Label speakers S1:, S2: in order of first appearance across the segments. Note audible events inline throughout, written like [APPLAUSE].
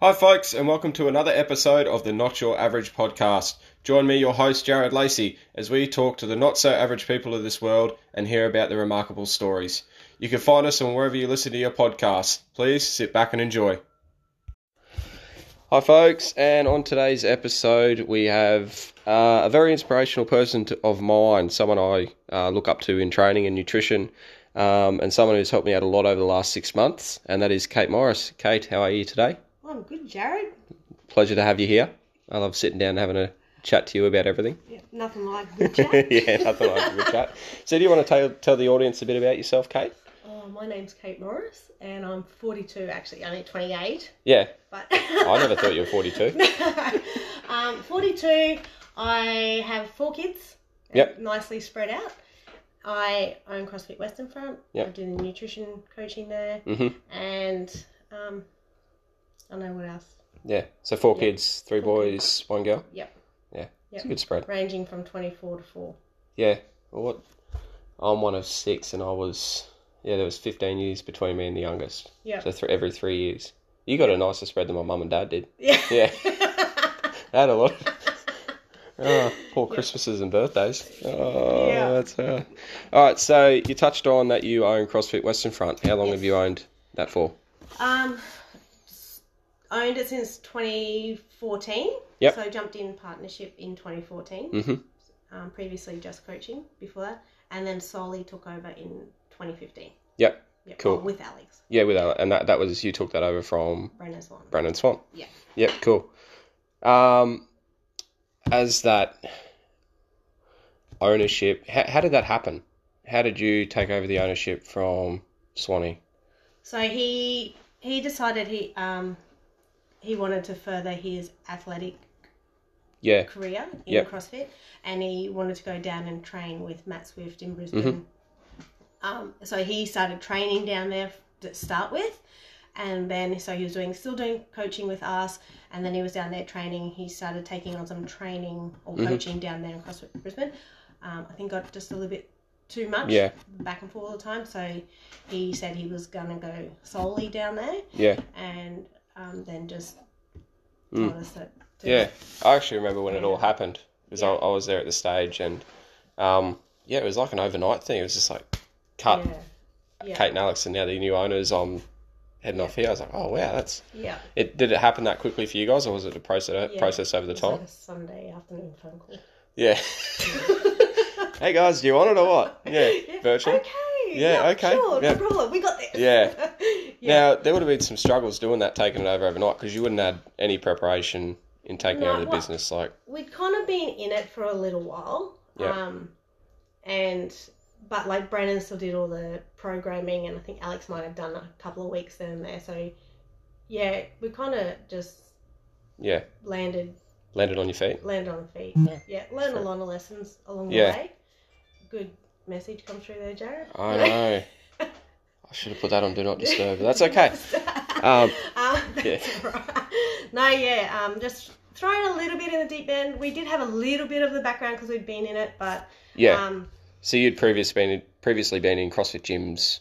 S1: Hi, folks, and welcome to another episode of the Not Your Average podcast. Join me, your host, Jared Lacey, as we talk to the not so average people of this world and hear about their remarkable stories. You can find us on wherever you listen to your podcasts. Please sit back and enjoy. Hi, folks, and on today's episode, we have uh, a very inspirational person to, of mine, someone I uh, look up to in training and nutrition, um, and someone who's helped me out a lot over the last six months, and that is Kate Morris. Kate, how are you today?
S2: Oh, I'm good, Jared.
S1: Pleasure to have you here. I love sitting down and having a chat to you about everything.
S2: Yeah, nothing
S1: [LAUGHS]
S2: like good [LAUGHS] chat.
S1: yeah, nothing like a good chat. So, do you want to tell, tell the audience a bit about yourself, Kate?
S2: [LAUGHS] Oh, my name's Kate Morris, and I'm 42. Actually, only 28,
S1: Yeah,
S2: but
S1: I never thought you
S2: [LAUGHS]
S1: were 42.
S2: um, 42. I have four kids.
S1: Yep.
S2: Nicely spread out. I own CrossFit Western Front.
S1: Yep.
S2: I do the nutrition coaching there,
S1: hmm
S2: and um, I don't know what else.
S1: Yeah, so four
S2: Yeah.
S1: kids, three
S2: Four
S1: boys, one girl.
S2: Yep.
S1: Yeah, it's a
S2: Yep.
S1: good spread.
S2: Ranging from 24 to 4.
S1: Yeah, well, what? I'm one of six, and I was yeah, there was 15 years between me and the youngest.
S2: Yep.
S1: So th- every three years, you got a nicer spread than my mum and dad did.
S2: Yeah. [LAUGHS]
S1: Yeah, [LAUGHS] they had a lot. Of, oh, poor
S2: Yeah.
S1: Christmases and birthdays. Oh,
S2: Yeah.
S1: that's uh... all right. So you touched on that you own CrossFit Western Front. How long have
S2: Yes.
S1: you owned that for?
S2: Um, owned it since 2014.
S1: Yep.
S2: So jumped in partnership in 2014.
S1: hmm
S2: Um, previously just coaching before that, and then solely took over in 2015.
S1: Yep.
S2: Yep.
S1: Cool.
S2: oh, With Alex
S1: Yeah, with Ale- and that that was you took that over from
S2: Brenner's one.
S1: Brandon Swan.
S2: Yeah.
S1: Yep, cool. Um, as that ownership, how, how did that happen? How did you take over the ownership from Swanee?
S2: So he he decided he um he wanted to further his athletic
S1: Yeah,
S2: career in
S1: Yep.
S2: CrossFit, and he wanted to go down and train with Matt Swift in Brisbane.
S1: Mm-hmm.
S2: Um, so he started training down there f- to start with, and then so he was doing still doing coaching with us, and then he was down there training. He started taking on some training or
S1: Mhm.
S2: coaching down there in CrossFit Brisbane. Um, I think got just a little bit too much
S1: yeah,
S2: back and forth all the time, so he said he was gonna go solely down there,
S1: yeah,
S2: and um, then just
S1: Mm.
S2: told us that. to-
S1: yeah. I actually remember when it all happened because I,
S2: Yeah.
S1: I was there at the stage, and um, yeah, it was like an overnight thing. It was just like cut
S2: Yeah. Yeah.
S1: Kate and Alex, and now the new owners. I'm heading off here. I was like, oh wow, that's
S2: Yeah.
S1: it. Did it happen that quickly for you guys, or was it a process uh,
S2: Yeah.
S1: process over the
S2: It's like
S1: time?
S2: a Sunday afternoon phone call. [LAUGHS]
S1: Yeah. hey guys, do you want it or what? [LAUGHS]
S2: [LAUGHS]
S1: Yeah, virtual.
S2: Okay.
S1: Yeah, okay,
S2: Sure,
S1: yeah.
S2: no problem. We got this.
S1: Yeah.
S2: [LAUGHS] yeah.
S1: Now there would have been some struggles doing that, taking it over overnight, because you wouldn't had any preparation in taking
S2: No,
S1: over the
S2: what-
S1: business. Like,
S2: We'd kind of been in it for a little while.
S1: Yeah.
S2: Um, and but like Brandon still did all the programming, and I think Alex might have done a couple of weeks then and there. So yeah, we kind of just
S1: yeah,
S2: landed
S1: landed on your
S2: [LAUGHS]
S1: feet.
S2: landed on the feet.
S1: Yeah.
S2: Yeah, learned
S1: Sure.
S2: a lot of lessons along
S1: Yeah.
S2: the way. Good message come through there, Jared.
S1: I
S2: [LAUGHS]
S1: know. I should have put that on do not disturb. but That's okay. Um,
S2: [LAUGHS] Um,
S1: Yeah.
S2: No, yeah, um, just thrown a little bit in the deep end. We did have a little bit of the background because we'd been in it, but
S1: Yeah.
S2: um,
S1: So you'd previously been previously been in CrossFit gyms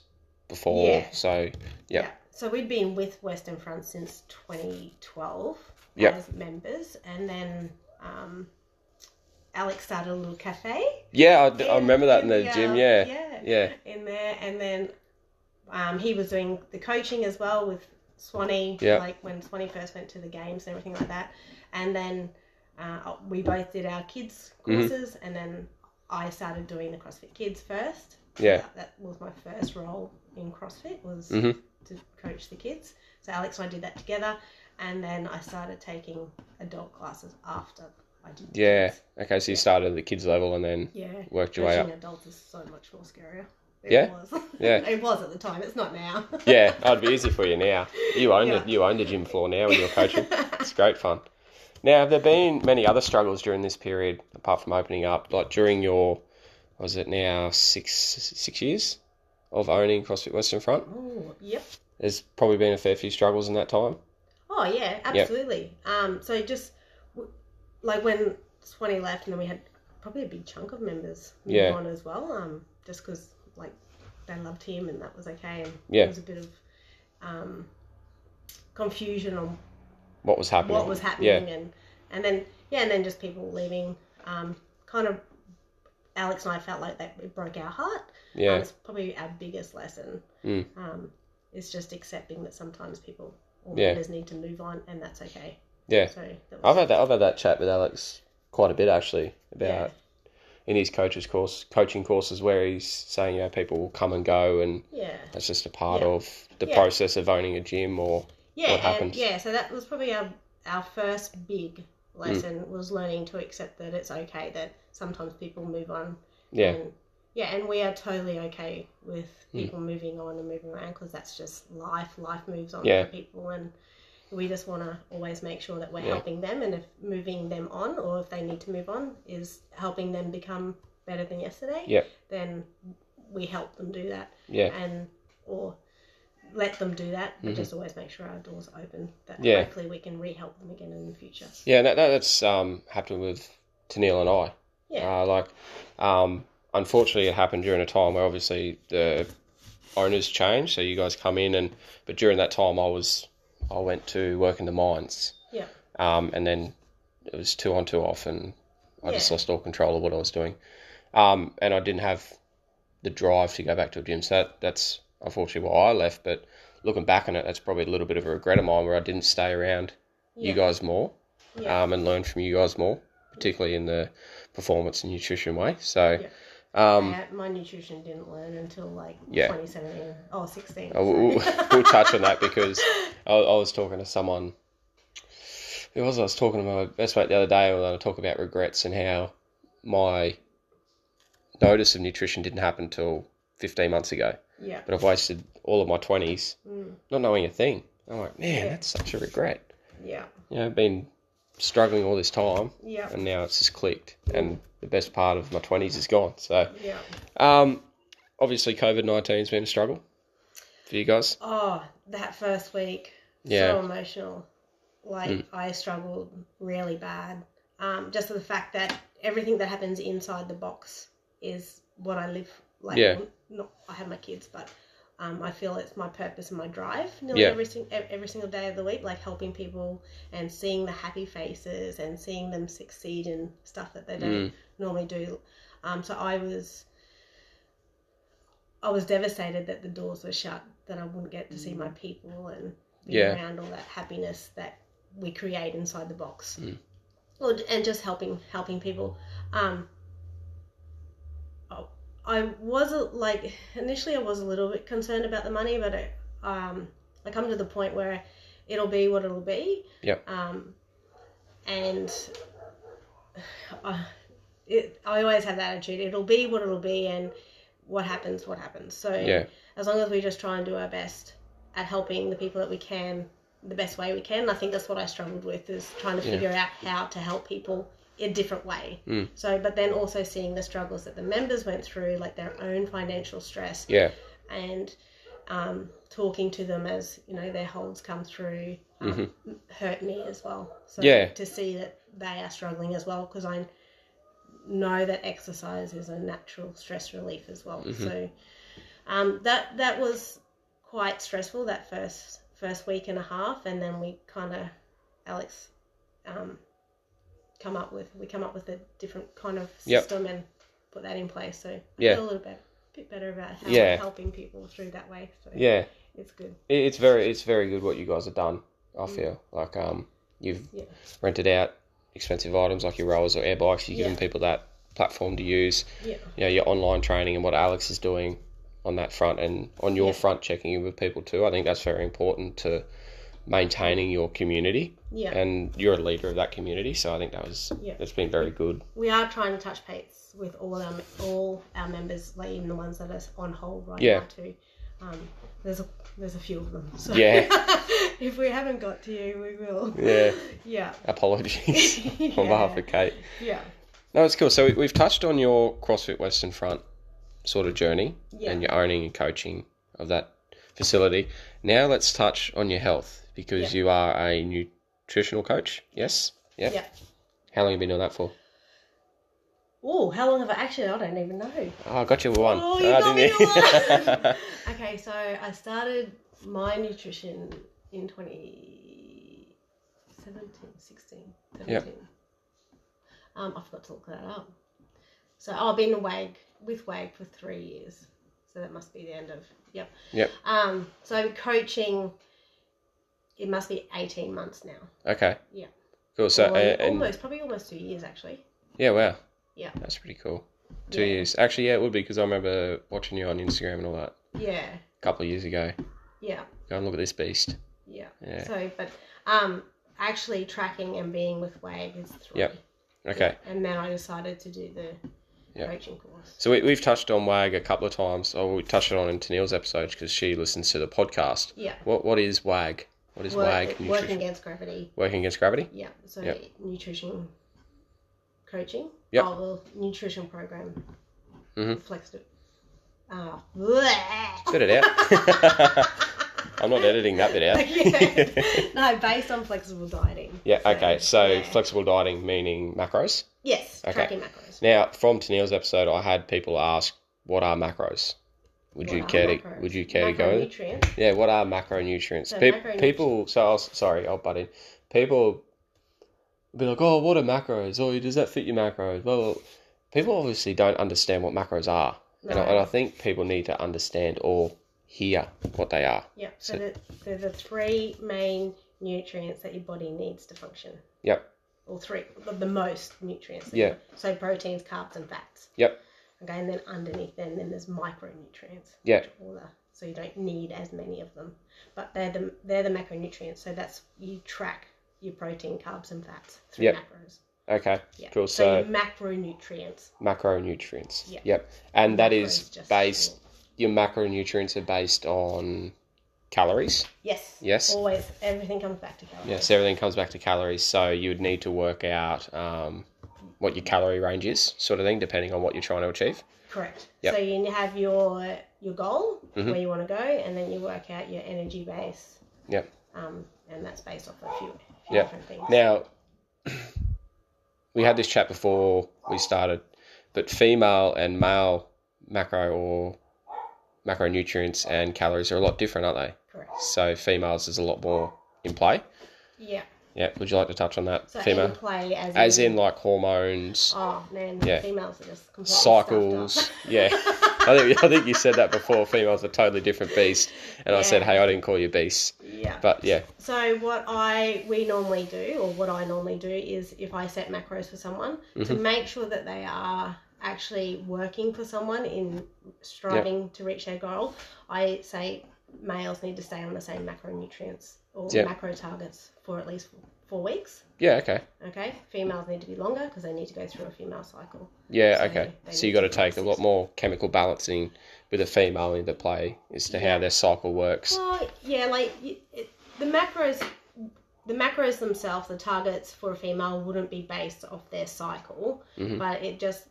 S1: before,
S2: Yeah.
S1: so Yeah.
S2: So we'd been with Western Front since 2012
S1: Yeah.
S2: as members, and then um, Alex started a little cafe.
S1: yeah, I, I
S2: in-
S1: remember that in
S2: in
S1: the
S2: uh,
S1: gym. Yeah,
S2: yeah,
S1: yeah,
S2: in there, and then um, he was doing the coaching as well with Swanee,
S1: Yeah.
S2: like when Swanee first went to the games and everything like that. And then uh, we both did our kids
S1: Mhm.
S2: courses, and then I started doing the CrossFit Kids first.
S1: yeah,
S2: That, that was my first role in CrossFit was
S1: Mhm.
S2: to coach the kids. So Alex and I did that together, and then I started taking adult classes after I did. the
S1: yeah.
S2: kids.
S1: Okay, so you started at the kids level and then
S2: yeah.
S1: worked your way up.
S2: Coaching adults is so much more scarier. It
S1: Yeah?
S2: was. [LAUGHS]
S1: Yeah.
S2: it was at the time. It's not now. [LAUGHS]
S1: Yeah, that'd be easy for you now. You own
S2: Yeah.
S1: the you own the gym floor now when you're
S2: [LAUGHS]
S1: coaching. It's great fun. Now, have there been many other struggles during this period apart from opening up? Like during your, what was it now six six years of owning CrossFit Western Front?
S2: Ooh, Oh, yep.
S1: There's probably been a fair few struggles in that time.
S2: Oh yeah, absolutely. Um, so just w- like when Swanee left, and then we had probably a big chunk of members move
S1: Yeah.
S2: on as well. Um, just because like they loved him and that was okay, and
S1: Yeah.
S2: there was a bit of um confusion on
S1: what was happening.
S2: what was happening and and then yeah and then just people leaving um kind of alex and i felt like that it broke our heart
S1: Yeah,
S2: Um,
S1: yeah,
S2: it's probably our biggest lesson
S1: Mm.
S2: um it's just accepting that sometimes people or
S1: Yeah.
S2: leaders need to move on and that's okay
S1: yeah.
S2: so that
S1: I've
S2: was,
S1: had that. I've had that chat with Alex quite a bit actually about
S2: Yeah.
S1: in his coaches course, coaching courses, where he's saying you know people will come and go, and
S2: yeah
S1: that's just a part
S2: Yeah.
S1: of the
S2: Yeah.
S1: process of owning a gym. Or
S2: yeah
S1: what
S2: and
S1: happens.
S2: yeah so that was probably our our first big
S1: Mm.
S2: lesson was learning to accept that it's okay that sometimes people move on
S1: yeah,
S2: And, yeah, and we are totally okay with
S1: Mm.
S2: people moving on and moving around because that's just life. Life moves on
S1: Yeah.
S2: for people, and we just want to always make sure that we're
S1: Yeah.
S2: helping them. And if moving them on, or if they need to move on, is helping them become better than yesterday,
S1: Yep.
S2: then we help them do that
S1: yeah,
S2: and or let them do that. But
S1: Mhm.
S2: just always make sure our doors are open that
S1: Yeah.
S2: hopefully we can re help them again in the future.
S1: yeah. And that, that- that's um, happened with Tennille and I.
S2: Yeah.
S1: Uh, like, um, unfortunately, it happened during a time where obviously the owners changed. So you guys come in, and but during that time, I was I went to work in the mines.
S2: Yeah.
S1: Um, and then it was two on, two off, and I just
S2: Yeah.
S1: lost all control of what I was doing. Um, and I didn't have the drive to go back to a gym. So that, that's unfortunately why I left. But looking back on it, that's probably a little bit of a regret of mine where I didn't stay around
S2: Yeah.
S1: you guys more
S2: Yeah.
S1: um, and learn from you guys more, particularly in the performance and nutrition way. So, um,
S2: Yeah, my nutrition didn't learn until like
S1: Yeah.
S2: 2017 oh 16
S1: I- we'll, we'll,
S2: sorry.
S1: we'll touch on that because I, I was talking to someone. Who was I? I was talking to my best mate the other day, and I talk about regrets and how my notice of nutrition didn't happen till 15 months ago.
S2: [LAUGHS] yeah
S1: But I've wasted all of my 20s
S2: mm,
S1: not knowing a thing. I'm like, man,
S2: Yeah.
S1: that's such a regret.
S2: yeah
S1: You know, I've been struggling all this time,
S2: yeah
S1: and now it's just clicked, and the best part of my 20s is gone. So,
S2: yeah
S1: um, obviously, COVID 19 has been a struggle for you guys.
S2: oh that first week
S1: Yeah. Mm.
S2: so emotional like i struggled really bad um just for the fact that everything that happens inside the box is what i live like
S1: Yeah.
S2: well, not i have my kids but um, I feel it's my purpose and my drive nearly
S1: Yeah.
S2: every, sing- ev- every single day of the week, like helping people and seeing the happy faces and seeing them succeed in stuff that they don't
S1: Mm.
S2: normally do. Um, so I was, I was devastated that the doors were shut, that I wouldn't get to see my people and be
S1: Yeah.
S2: around all that happiness that we create inside the box,
S1: Mm.
S2: Or- and just helping helping people. Um, I- I was a- like initially I was a little bit concerned about the money, but I, um, I come to the point where it'll be what it'll be.
S1: Yep.
S2: Um, and [SIGHS] I, it, I always have that attitude. It'll be what it'll be, and what happens, what happens. So
S1: Yeah,
S2: as long as we just try and do our best at helping the people that we can the best way we can. I think that's what I struggled with is trying to
S1: Yeah.
S2: figure out how to help people in a different way.
S1: Mm.
S2: So, but then also seeing the struggles that the members went through, like their own financial stress,
S1: yeah,
S2: and um, talking to them as you know their holds come through um, hurt me as well. So
S1: Mm-hmm. Yeah.
S2: to see that they are struggling as well because I know that exercise is a natural stress relief as well.
S1: Mhm.
S2: So um, that that was quite stressful that first first week and a half, and then we kind of Alex um, come up with we come up with a different kind of
S1: Yep.
S2: system and put that in place. So I
S1: Yeah.
S2: feel a little bit bit better about how
S1: Yeah.
S2: helping people through that way. So
S1: yeah.
S2: it's good.
S1: It, it's very, it's very good what you guys have done. I
S2: Mm.
S1: feel like um, you've
S2: Yeah.
S1: rented out expensive items like your rollers or air bikes. You've given
S2: Yeah.
S1: people that platform to use.
S2: Yeah,
S1: You know, your online training and what Alex is doing on that front and on your
S2: Yeah.
S1: front, checking in with people too. I think that's very important to maintaining your community.
S2: yeah.
S1: and you're a leader of that community. So I think that was
S2: Yeah.
S1: that's been very good.
S2: we are trying to touch base with all our all our members, like even the ones that are on hold right
S1: Yeah.
S2: now too. Um, there's a there's a few of them. So
S1: Yeah.
S2: [LAUGHS] if we haven't got to you, we will.
S1: Yeah.
S2: [LAUGHS] Yeah. [LAUGHS]
S1: Apologies on behalf of Kate.
S2: Yeah.
S1: No, it's cool. So we, we've touched on your CrossFit Western Front sort of journey
S2: Yeah.
S1: and your owning and coaching of that facility. Now let's touch on your health because
S2: Yeah.
S1: you are a nutritional coach. Yes. Yep.
S2: Yeah.
S1: How long have you been doing that for?
S2: Oh, how long have I actually? I don't even know.
S1: Oh, I got you one.
S2: Oh, you
S1: Ah,
S2: got me
S1: didn't you?
S2: on. okay, so I started my nutrition in 2016. 17, 16,
S1: Yep.
S2: 17. Um, I forgot to look that up. So I've been awake with WAG for three years. So that must be the end of, yep.
S1: Yep.
S2: Um, so I've been coaching, it must be 18 months now.
S1: [LAUGHS] Okay.
S2: Yeah.
S1: Cool. So,
S2: Or
S1: and, and-
S2: almost, probably almost two years actually.
S1: yeah, wow.
S2: Yeah.
S1: That's pretty cool. Two
S2: Yeah.
S1: years. Actually, yeah, it would be because I remember watching you on Instagram and all that
S2: Yeah,
S1: a couple of years ago.
S2: yeah,
S1: Go and look at this beast.
S2: yeah.
S1: Yeah.
S2: So, but um, actually tracking and being with WAG is three.
S1: Yep. Okay.
S2: And then I decided to do the
S1: Yep.
S2: coaching course.
S1: So we, we've touched on WAG a couple of times. Oh, we touched it on in Tennille's episode because she listens to the podcast.
S2: Yeah.
S1: What What is WAG? What is
S2: Work-
S1: WAG?
S2: working
S1: Nutrition?
S2: against gravity.
S1: Working against gravity?
S2: Yeah. So
S1: Yep.
S2: nutrition coaching.
S1: Yep.
S2: Oh, well, nutrition program.
S1: Mhm.
S2: Flexible. Uh, bleh.
S1: Spit
S2: [LAUGHS]
S1: it out. I'm not editing that bit out.
S2: Yeah. no, based on flexible dieting.
S1: Yeah, okay. So
S2: yeah.
S1: flexible dieting meaning macros.
S2: yes,
S1: Okay.
S2: tracking macros.
S1: Now, from Tennille's episode, I had people ask, "What are macros? Would you
S2: What are
S1: care to
S2: macros?
S1: Would you care to go?
S2: Macronutrients.
S1: Yeah, what are macronutrients?
S2: So
S1: Pe-
S2: macronutrients-
S1: People, so I'll, sorry, I'll butt in. People be like, "Oh, what are macros? Oh, does that fit your macros?" Well, people obviously don't understand what macros are, and, I,
S2: No.
S1: and I think people need to understand or hear what they are.
S2: Yeah, so,
S1: So-
S2: the, they're the three main nutrients that your body needs to function.
S1: Yep.
S2: Or three, the, the most nutrients. that
S1: Yeah.
S2: you- So proteins, carbs, and fats.
S1: Yep.
S2: Okay, and then underneath them, then there's micronutrients.
S1: Yeah.
S2: which are all the- So you don't need as many of them, but they're the they're the macronutrients. So that's you track your protein, carbs, and fats through
S1: Yep.
S2: macros.
S1: Okay,
S2: Yeah.
S1: Cool,
S2: So,
S1: so-
S2: your macronutrients.
S1: macronutrients.
S2: Yeah.
S1: Yep, and that
S2: Macros
S1: is
S2: just-
S1: based. Your macronutrients are based on calories.
S2: Yes.
S1: Yes.
S2: Always, everything comes back to calories.
S1: Yes, everything comes back to calories, so you would need to work out um, what your calorie range is, sort of thing, depending on what you're trying to achieve.
S2: Correct.
S1: Yep.
S2: So you have your your goal
S1: Mhm.
S2: where you want to go, and then you work out your energy base.
S1: Yep.
S2: Um, and that's based off a few, a few
S1: Yep.
S2: different things.
S1: Now, we had this chat before we started, but female and male macro or macronutrients and calories are a lot different, aren't they?
S2: Correct.
S1: So females is a lot more in play.
S2: Yeah.
S1: Yeah, would you like to touch on that,
S2: So in
S1: female?
S2: play as
S1: As in like hormones,
S2: oh man,
S1: Yeah.
S2: females are just completely
S1: cycles.
S2: stuffed
S1: Yeah.
S2: up.
S1: I think, I think you said that before. Females are totally different beast, and I said,
S2: Yeah.
S1: "Hey, I didn't call you beast."
S2: [LAUGHS] yeah.
S1: But yeah,
S2: So what I we normally do, or what I normally do, is if I set macros for someone, to
S1: Mhm.
S2: make sure that they are actually working for someone in striving to reach their goal, I say males need to stay on the same macronutrients or
S1: Yep.
S2: macro targets for at least four weeks.
S1: yeah, okay,
S2: Okay, females need to be longer because they need to go through a female cycle.
S1: yeah,
S2: So
S1: okay.
S2: they
S1: So
S2: need
S1: you got to
S2: to
S1: take a lot
S2: balance it.
S1: more chemical balancing with a female into play as to how
S2: Yeah.
S1: their cycle works.
S2: Well, yeah, like y- it, the macros, the macros themselves, the targets for a female wouldn't be based off their cycle,
S1: Mhm.
S2: but it just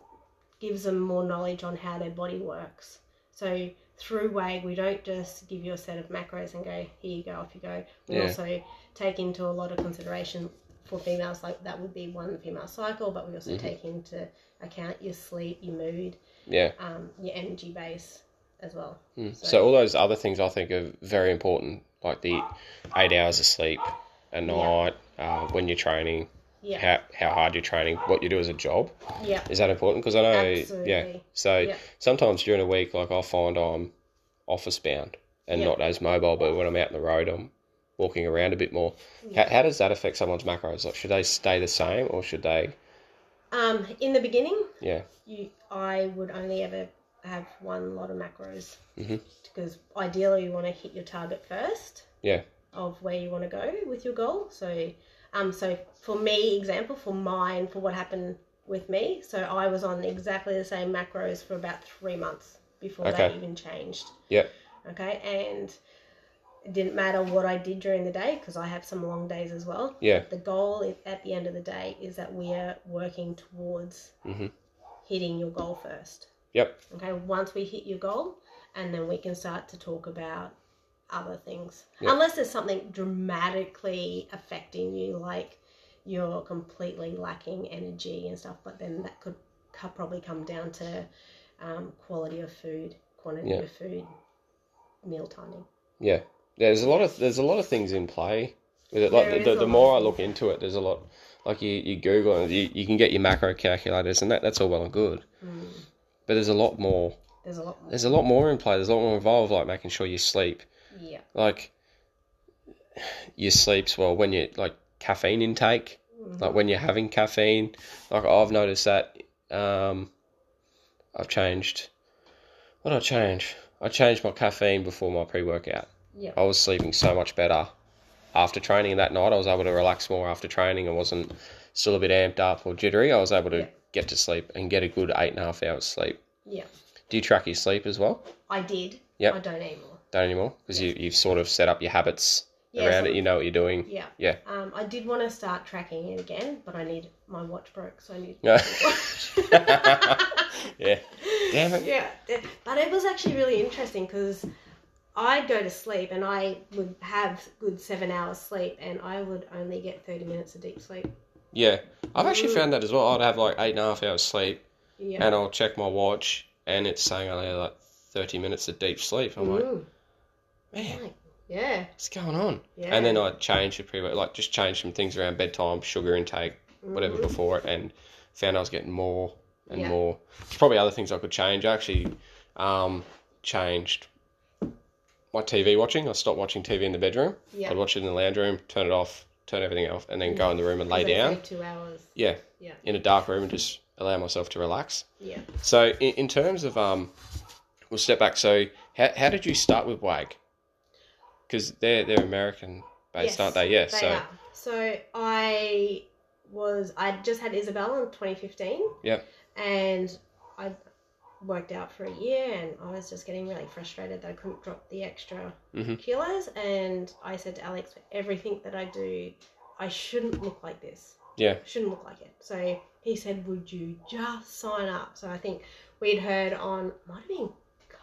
S2: gives them more knowledge on how their body works. So through WAG, we don't just give you a set of macros and go, here you go, off you go. We
S1: Yeah.
S2: also take into a lot of consideration for females, like that would be one female cycle, but we also
S1: Mhm.
S2: take into account your sleep, your mood,
S1: Yeah.
S2: um, your energy base as well.
S1: Mm.
S2: So-
S1: So all those other things I think are very important, like the eight hours of sleep a night, uh, when you're training,
S2: Yeah,
S1: how how hard you're training, what you do as a job.
S2: yeah,
S1: Is that important? Because I know,
S2: absolutely.
S1: yeah. So
S2: Yeah.
S1: sometimes during a week, like I find I'm office bound and
S2: Yeah.
S1: not as mobile, but when I'm out on the road, I'm walking around a bit more.
S2: Yeah.
S1: How, how does that affect someone's macros? Like, should they stay the same or should they?
S2: Um, in the beginning,
S1: Yeah.
S2: you, I would only ever have one lot of macros
S1: Mhm.
S2: because ideally you want to hit your target first.
S1: Yeah.
S2: Of where you want to go with your goal. So, um, so for me, example for mine, for what happened with me, so I was on exactly the same macros for about three months before
S1: Okay.
S2: they even changed.
S1: Yeah.
S2: Okay, and it didn't matter what I did during the day because I have some long days as well.
S1: Yeah.
S2: The goal i- at the end of the day is that we are working towards
S1: Mhm.
S2: hitting your goal first.
S1: Yep.
S2: Okay, once we hit your goal, and then we can start to talk about other things.
S1: Yeah.
S2: Unless there's something dramatically affecting you, like you're completely lacking energy and stuff, but then that could co- probably come down to um, quality of food, quantity
S1: Yeah.
S2: of food, meal timing.
S1: Yeah. There's a lot of there's a lot of things in play With it, like
S2: There
S1: the, the,
S2: is a
S1: the
S2: lot.
S1: more I look into it, there's a lot. Like you, you Google and you, you can get your macro calculators, and that, that's all well and good. But there's a lot more.
S2: Hmm. There's a lot more.
S1: There's a lot more in play. There's a lot more involved, like making sure you sleep,
S2: Yeah.
S1: like [SIGHS] your sleeps well when you like caffeine intake,
S2: Hmm.
S1: like when you're having caffeine. Like I've noticed that. Um, I've changed. What did I change? I changed my caffeine before my pre workout.
S2: Yeah.
S1: I was sleeping so much better after training that night. I was able to relax more after training. I wasn't still a bit amped up or jittery. I was able to
S2: Yeah.
S1: get to sleep and get a good eight and a half hours sleep.
S2: Yeah.
S1: Do you track your sleep as well?
S2: I did.
S1: Yep.
S2: I don't anymore.
S1: Don't anymore because you you've sort of set up your habits
S2: Yeah,
S1: around
S2: so-
S1: it. You know what you're doing.
S2: Yeah.
S1: Yeah.
S2: Um, I did want to start tracking it again, but I need my watch broke, so I need. [LAUGHS]
S1: Yeah.
S2: Damn
S1: yeah. [LAUGHS] Damn it.
S2: Yeah, th- but it was actually really interesting because I'd go to sleep and I would have good seven hours sleep, and I would only get thirty minutes of deep sleep.
S1: Yeah. I've actually
S2: Mm.
S1: found that as well. I'd have like eight and a half hours sleep,
S2: Yeah.
S1: and I'll check my watch, and it's saying I had like thirty minutes of deep sleep. I'm like,
S2: Mm.
S1: man,
S2: Like, yeah.
S1: what's going on?
S2: Yeah.
S1: And then I change the pre like just change some things around bedtime, sugar intake, whatever
S2: Mhm.
S1: before it, and found I was getting more and
S2: Yeah.
S1: more. There's probably other things I could change. I actually um, changed my TV watching. I stopped watching TV in the bedroom.
S2: Yeah.
S1: I'd watch it in the lounge room, turn it off, turn everything off, and then go in the room and lay
S2: Because they
S1: down
S2: say Two hours.
S1: in a dark room and just allow myself to relax.
S2: Yeah.
S1: So in, in terms of um, we'll step back. So how, how did you start with WAG? Because they're they're American based,
S2: Yes,
S1: aren't they? Yeah.
S2: They
S1: so
S2: are. So I was I just had Isabella in 2015.
S1: Yep.
S2: And I worked out for a year, and I was just getting really frustrated that I couldn't drop the extra
S1: Mhm.
S2: kilos. And I said to Alex, for everything that I do, I shouldn't look like this.
S1: Yeah.
S2: Shouldn't look like it. So he said, "Would you just sign up?" So I think we'd heard on might have been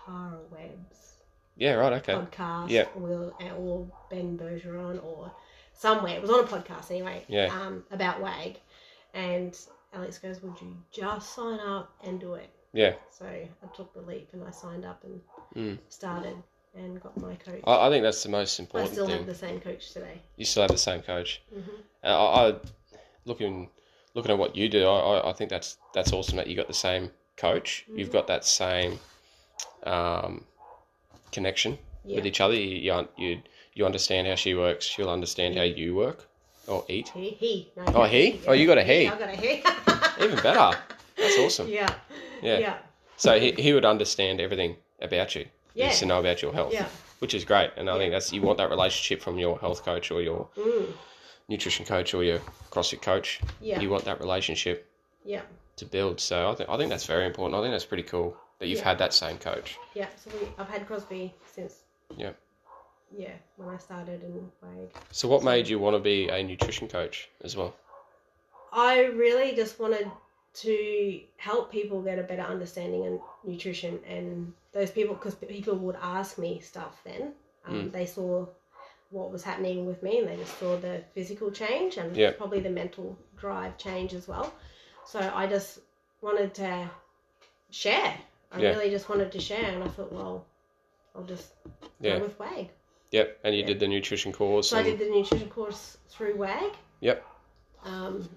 S2: Cara Webb's
S1: yeah, right. Okay.
S2: podcast
S1: Yeah.
S2: or, or Ben Bergeron or somewhere. It was on a podcast anyway.
S1: Yeah.
S2: Um, about WAG. And Alex goes, Would you just sign up and do it?
S1: Yeah.
S2: So I took the leap and I signed up and
S1: Mm.
S2: started and got my coach. I,
S1: I, I think that's the most Oh, important
S2: still
S1: thing.
S2: have the same coach today.
S1: You still have the same coach.
S2: hmm
S1: And I, I looking looking at what you do, I, I- I think that's that's awesome that you got the same coach. You've
S2: Mhm.
S1: got that same um, connection
S2: Yeah.
S1: with each other. You, you un- you you understand how she works. She'll understand how you work or eat.
S2: He. he no,
S1: Oh, he? Oh, you got a he.
S2: I got a he. [LAUGHS]
S1: Even better. That's awesome.
S2: Yeah.
S1: Yeah.
S2: Yeah.
S1: So he, he would understand everything about you. He
S2: Yeah.
S1: needs to know about your health,
S2: Yeah.
S1: which is great. And I think that's you want that relationship from your health coach or your
S2: Mm.
S1: nutrition coach or your CrossFit coach.
S2: Yeah.
S1: You want that relationship
S2: yeah.
S1: to build. So I think I think that's very important. I think that's pretty cool that you've
S2: Yeah.
S1: had that same coach.
S2: Yeah. So we, I've had Crosby since.
S1: Yeah.
S2: Yeah. When I started in WAG.
S1: So what made you want to be a nutrition coach as well?
S2: I really just wanted to help people get a better understanding of nutrition and those people because people would ask me stuff then.
S1: Mm.
S2: Um, They saw what was happening with me and they just saw the physical change and
S1: Yeah.
S2: probably the mental drive change as well. So I just wanted to share. I
S1: Yeah.
S2: really just wanted to share and I thought, well, I'll just
S1: Yeah.
S2: go with WAG.
S1: Yep. And you
S2: Yeah.
S1: did the nutrition course.
S2: So I
S1: And,
S2: did the nutrition course through WAG.
S1: Mm. Yep.
S2: Um,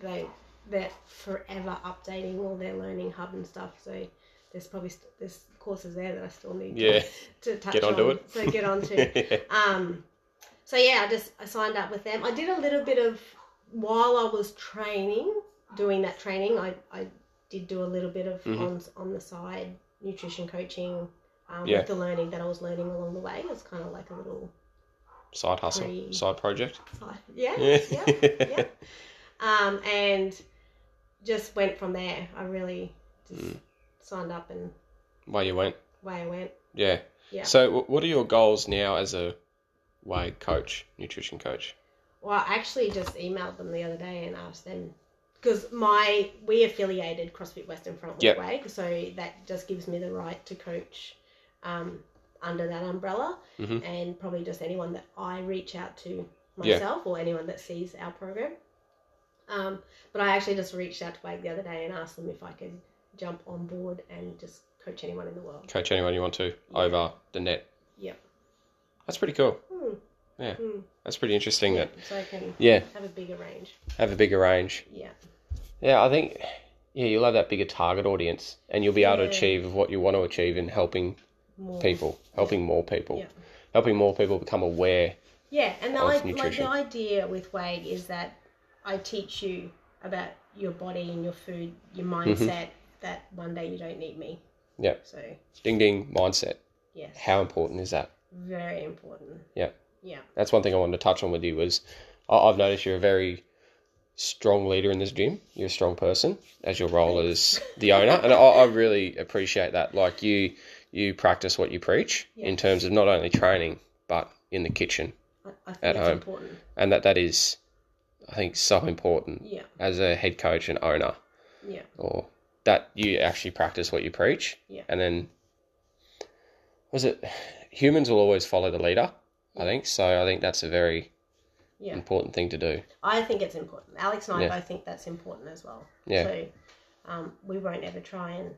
S2: they they're forever updating all their learning hub and stuff. So there's probably st- there's courses there that I still need
S1: yeah.
S2: [LAUGHS] to, to touch
S1: Get
S2: on.
S1: onto it.
S2: So get
S1: [LAUGHS]
S2: onto.
S1: yeah.
S2: um, so yeah, I just I signed up with them. I did a little bit of while I was training, doing that training. I, I did do a little bit of
S1: Mhm.
S2: on on the side nutrition coaching. Um,
S1: Yeah.
S2: With the learning that I was learning along the way, it was kind of like a little
S1: Side hustle,
S2: Free.
S1: side project.
S2: side. Yeah.
S1: Yeah. [LAUGHS]
S2: yeah. yeah. Um, and just went from there. I really just
S1: Mm.
S2: signed up and
S1: Where you went.
S2: away I went.
S1: Yeah.
S2: Yeah.
S1: So w- what are your goals now as a way coach, nutrition coach?
S2: Well, I actually just emailed them the other day and asked them because my we affiliated CrossFit Western Front with
S1: Yep.
S2: WAG, so that just gives me the right to coach um, under that umbrella,
S1: Mhm.
S2: and probably just anyone that I reach out to
S1: Yeah.
S2: myself or anyone that sees our program. Um, but I actually just reached out to WAG the other day and asked them if I could jump on board and just coach anyone in the world.
S1: Coach anyone you want to
S2: Yeah.
S1: over the net.
S2: Yep.
S1: That's pretty cool.
S2: Hmm.
S1: Yeah.
S2: Mm.
S1: That's pretty interesting that
S2: So I can
S1: yeah,
S2: have a bigger range.
S1: have a bigger range.
S2: Yeah.
S1: Yeah, I think yeah, you'll have that bigger target audience and you'll be able to
S2: Yeah.
S1: achieve what you want to achieve in helping
S2: More.
S1: people, helping more people.
S2: Yeah.
S1: Helping more people become aware.
S2: Yeah, and the,
S1: Of
S2: I- like
S1: nutrition.
S2: the idea with WAG is that I teach you about your body and your food, your mindset, that one day you don't need me.
S1: Mm-hmm. Yeah.
S2: So,
S1: Ding ding mindset.
S2: yes,
S1: How important is that?
S2: very important.
S1: Yeah.
S2: Yeah.
S1: That's one thing I wanted to touch on with you was I- I've noticed you're a very strong leader in this gym. You're a strong person as your role as the owner, and I, I really appreciate that. Like you, you practice what you preach in
S2: Yeah.
S1: terms of not only training but in the kitchen,
S2: I, I think
S1: At
S2: it's
S1: home.
S2: important.
S1: and that that is, I think, so important
S2: Yeah.
S1: as a head coach and owner,
S2: Yeah.
S1: or that you actually practice what you preach,
S2: Yeah.
S1: and then was it humans will always follow the leader. I think so. I think that's a very
S2: Yeah.
S1: important thing to do.
S2: I think it's important. Alex and I
S1: Yeah.
S2: both think that's important as well.
S1: Yeah.
S2: So um, we won't ever try and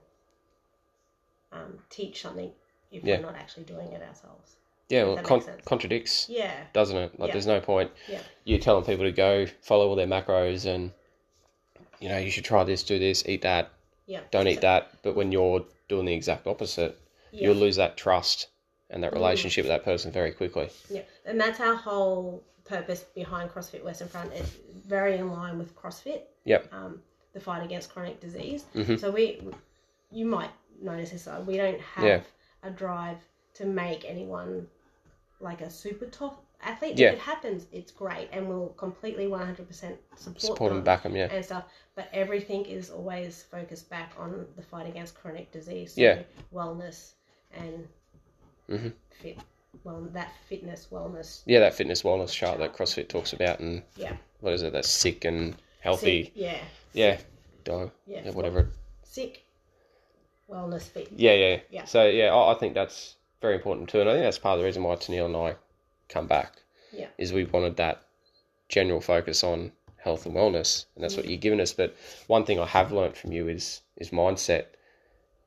S2: um, teach something if
S1: Yeah.
S2: we're not actually doing it ourselves.
S1: Yeah, well,
S2: that
S1: it
S2: makes
S1: con-
S2: sense.
S1: contradicts,
S2: Yeah.
S1: doesn't it? Like,
S2: Yeah.
S1: there's no point.
S2: Yeah.
S1: You're telling people to go follow all their macros and, you know, you should try this, do this, eat that,
S2: Yeah.
S1: don't
S2: So-
S1: eat that. But when you're doing the exact opposite,
S2: Yeah. Mm.
S1: you'll lose that trust and that relationship with that person very quickly.
S2: Yeah, and that's our whole purpose behind CrossFit Western Front. It's very in line with CrossFit.
S1: Yep.
S2: Um, the fight against chronic disease.
S1: Mhm.
S2: So we, you might notice this. uh, We don't have
S1: Yeah.
S2: a drive to make anyone like a super top athlete.
S1: Yeah.
S2: If it happens, it's great, and we'll completely one hundred percent support
S1: Support them, back them, yeah.
S2: and stuff. But everything is always focused back on the fight against chronic disease.
S1: Yeah.
S2: Wellness and
S1: Mhm.
S2: fit. Well, that fitness, wellness.
S1: Yeah, that fitness wellness chart that CrossFit talks about and
S2: Yeah.
S1: what is it? That's sick and healthy.
S2: Sick, yeah.
S1: Yeah. Dog.
S2: Yeah.
S1: Yeah, whatever.
S2: Sick. Wellness fit.
S1: Yeah, yeah.
S2: Yeah.
S1: So, yeah, I, I think that's very important too. And I think that's part of the reason why Tennille and I come back.
S2: Yeah.
S1: is we wanted that general focus on health and wellness, and that's what
S2: Mm-hmm.
S1: you've given us. But one thing I have learnt from you is is mindset,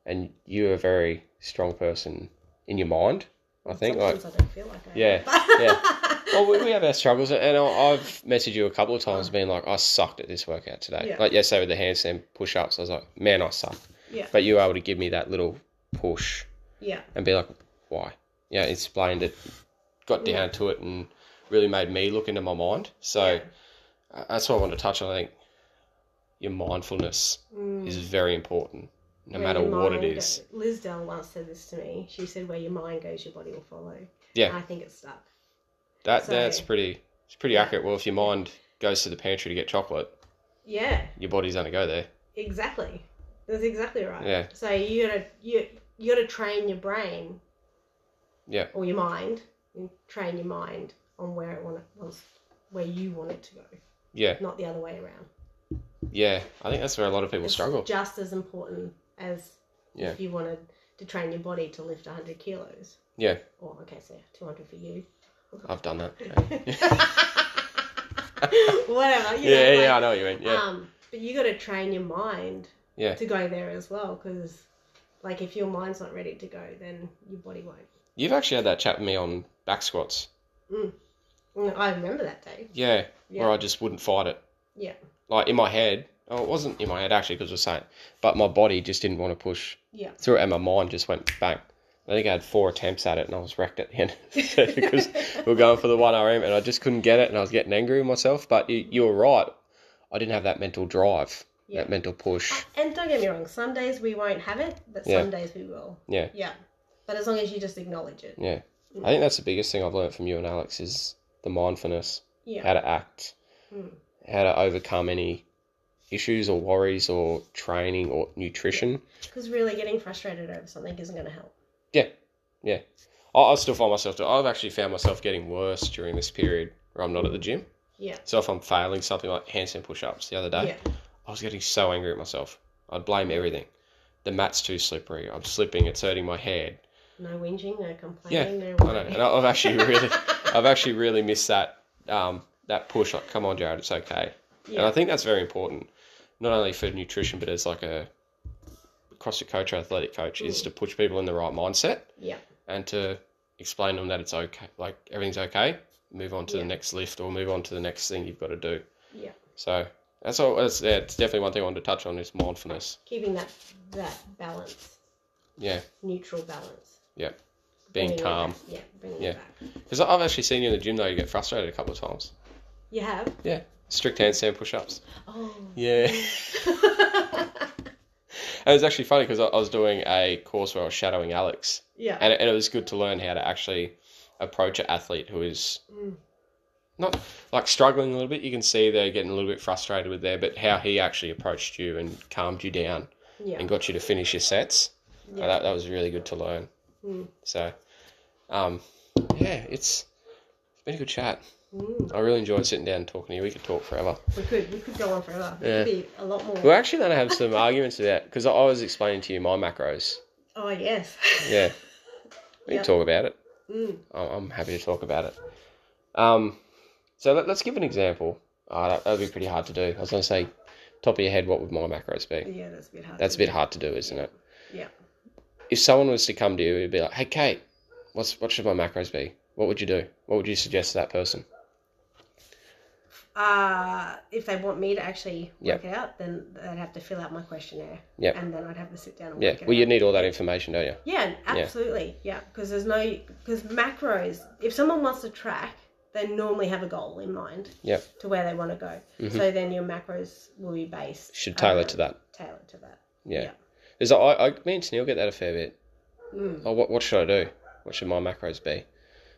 S1: and you're a very strong person in your mind. I think like
S2: Sometimes I don't feel like I am. [LAUGHS]
S1: yeah, yeah. Well, we, we have our struggles, and I, I've messaged you a couple of times, being like, I sucked at this workout today.
S2: Yeah.
S1: Like yesterday with the handstand push-ups, I was like, man, I suck.
S2: Yeah.
S1: But you were able to give me that little push
S2: Yeah.
S1: and be like, why? Yeah, it explained it, got down to it, and really made me look into my mind. So uh that's what I want to touch on. I think your mindfulness
S2: Mm.
S1: is very important, no
S2: Where
S1: matter
S2: your
S1: what it
S2: mind
S1: is.
S2: go- Liz Dell once said this to me. She said, "Where your mind goes, your body will follow."
S1: Yeah.
S2: And I think it's stuck.
S1: That
S2: So-
S1: that's pretty. It's pretty accurate. Well, if your mind goes to the pantry to get chocolate,
S2: Yeah.
S1: your body's gonna go there.
S2: Exactly. That's exactly right.
S1: Yeah.
S2: So you gotta you you gotta train your brain.
S1: Yeah.
S2: Or your mind. You train your mind on where it want it wants where you want it to go,
S1: Yeah,
S2: not the other way around.
S1: yeah. I think that's where a lot of people
S2: It's
S1: struggle.
S2: Just as important as
S1: Yeah.
S2: if you wanted to train your body to lift 100 kilos.
S1: Yeah.
S2: Or, okay, so 200 for you.
S1: I've done that.
S2: [LAUGHS] Whatever. You
S1: Yeah,
S2: know,
S1: yeah. I
S2: like,
S1: know what you mean. Yeah,
S2: Um, but you got to train your mind
S1: yeah.
S2: to go there as well because, like, if your mind's not ready to go, then your body won't.
S1: You've actually had that chat with me on back squats.
S2: Mm, I remember that day.
S1: Yeah,
S2: Yeah.
S1: where I just wouldn't fight it.
S2: Yeah.
S1: Like in my head, oh, it wasn't in my head actually because it was saying, but my body just didn't want to push
S2: Yeah.
S1: through it and my mind just went bang. I think I had four attempts at it and I was wrecked at the end [LAUGHS] because we were going for the 1RM and I just couldn't get it and I was getting angry with myself. But you, you were right. I didn't have that mental drive,
S2: Yeah.
S1: that mental push.
S2: Uh, And don't get me wrong, some days we won't have it, but
S1: Yeah.
S2: some days we will.
S1: Yeah.
S2: Yeah. But as long as you just acknowledge it.
S1: Yeah. I think that's the biggest thing I've learned from you and Alex is the mindfulness,
S2: Yeah.
S1: how to act,
S2: Mm.
S1: how to overcome any issues or worries or training or nutrition.
S2: Because really getting frustrated over something isn't going to help.
S1: Yeah, yeah. I, I still find myself. I've actually found myself getting worse during this period where I'm not at the gym.
S2: Yeah.
S1: So if I'm failing something like handstand push-ups the other day,
S2: Yeah.
S1: I was getting so angry at myself. I'd blame everything. The mat's too slippery. I'm slipping. It's hurting my head.
S2: No whinging, no
S1: Yeah,
S2: complaining, no
S1: I know. [LAUGHS]
S2: worry.
S1: And I- I've actually really, I've actually really missed that um, that push. Like, come on, Jared, it's okay. And
S2: Yeah.
S1: I think that's very important, not only for nutrition, but as like a CrossFit coach or athletic coach, is to push people in the right mindset.
S2: Mm. Yeah.
S1: and to explain to them that it's okay, like everything's okay. move on to
S2: Yeah.
S1: the next lift or move on to the next thing you've got to do.
S2: Yeah.
S1: So that's all. That's yeah, it's definitely one thing I wanted to touch on is mindfulness.
S2: [LAUGHS] Keeping that that balance,
S1: Yeah,
S2: neutral balance.
S1: being
S2: Bringing it
S1: calm.
S2: back. Yeah, bringing
S1: Yeah.
S2: it back.
S1: Because I've actually seen you in the gym though. You get frustrated a couple of times.
S2: You have.
S1: Strict handstand push-ups.
S2: Oh.
S1: Yeah. And it was actually funny because I, I was doing a course where I was shadowing Alex,
S2: [LAUGHS] yeah.
S1: and it, and it was good to learn how to actually approach an athlete who is
S2: Mm.
S1: not like struggling a little bit. You can see they're getting a little bit frustrated with there, but how he actually approached you and calmed you down
S2: Yeah.
S1: and got you to finish your sets. Uh,
S2: Yeah.
S1: that that was really good to learn.
S2: Mm.
S1: So, um, yeah, it's it's been a good chat.
S2: Mm.
S1: I really enjoyed sitting down and talking to you. We could talk forever.
S2: We could we could go on forever. There
S1: Yeah.
S2: could be a lot more.
S1: We're actually going to have some [LAUGHS] arguments about because I I was explaining to you my macros.
S2: Oh yes. [LAUGHS]
S1: Yeah, we
S2: Yeah.
S1: can talk about it.
S2: Mm.
S1: I'm I'm happy to talk about it. Um, so let, us give an example. Ah, that would be pretty hard to do. I was going to say, top of your head, what would my macros be?
S2: Yeah, that's a bit hard.
S1: That's a
S2: to
S1: bit hard to do, isn't it?
S2: Yeah.
S1: If someone was to come to you, it'd be like, "Hey, Kate, what's what should my macros be? What would you do? What would you suggest to that person?"
S2: do. Uh, if they want me to actually
S1: Yeah.
S2: work it out, then they'd have to fill out my questionnaire.
S1: Yeah.
S2: And then I'd have to sit down and
S1: Yeah.
S2: work it
S1: Well, you
S2: out.
S1: need all that information, don't you?
S2: Yeah, absolutely. Yeah, because there's no because macros. If someone wants to track, they normally have a goal in mind.
S1: Yep.
S2: To where they want to go.
S1: Mhm.
S2: So then your macros will be based.
S1: Should tailor
S2: around-
S1: to that.
S2: Tailored to that.
S1: Yeah.
S2: Yeah.
S1: Because I, I, me and Sunil get that a fair bit.
S2: Mm,
S1: Oh, what what should I do? What should my macros be?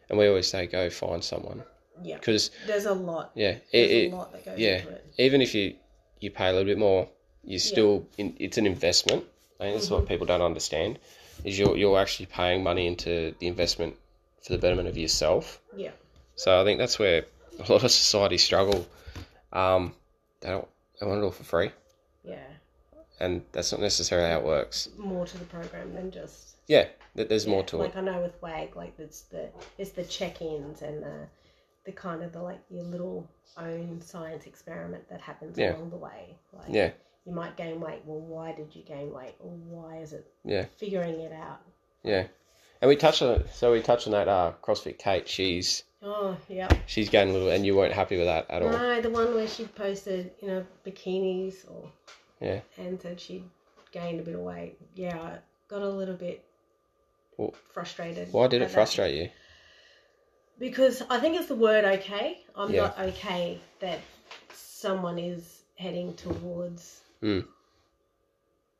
S1: And we always say, go find someone.
S2: yeah.
S1: Because
S2: There's a lot.
S1: yeah, it,
S2: There's
S1: it,
S2: a lot that goes
S1: yeah.
S2: into it.
S1: even if you you pay a little bit more, you still in, it's an investment. I mean, that's
S2: Mm-hmm.
S1: what people don't understand is you're you're actually paying money into the investment for the betterment of yourself.
S2: Yeah.
S1: So I think that's where a lot of society struggle. Um, they don't they want it all for free,
S2: Yeah.
S1: and that's not necessarily how it works.
S2: More to the program than just.
S1: Yeah, th- there's more
S2: Yeah,
S1: to it.
S2: like I know with WAG, like it's the it's the check-ins and the the kind of the like your little own science experiment that happens
S1: Yeah.
S2: along the way. Like
S1: Yeah.
S2: you might gain weight. Well, why did you gain weight? Or why is it?
S1: Yeah.
S2: Figuring it out.
S1: Yeah, and we touched on it. So we touched on that uh, CrossFit Kate. She's
S2: Oh yeah.
S1: she's getting a little, and you weren't happy with that at all.
S2: No, the one where she posted you know bikinis or
S1: Yeah.
S2: and said she gained a bit of weight. Yeah, I got a little bit
S1: Well,
S2: frustrated.
S1: Why did
S2: by
S1: it
S2: that.
S1: frustrate you?
S2: because I think it's the word okay. I'm
S1: Yeah.
S2: not okay that someone is heading towards
S1: Mm.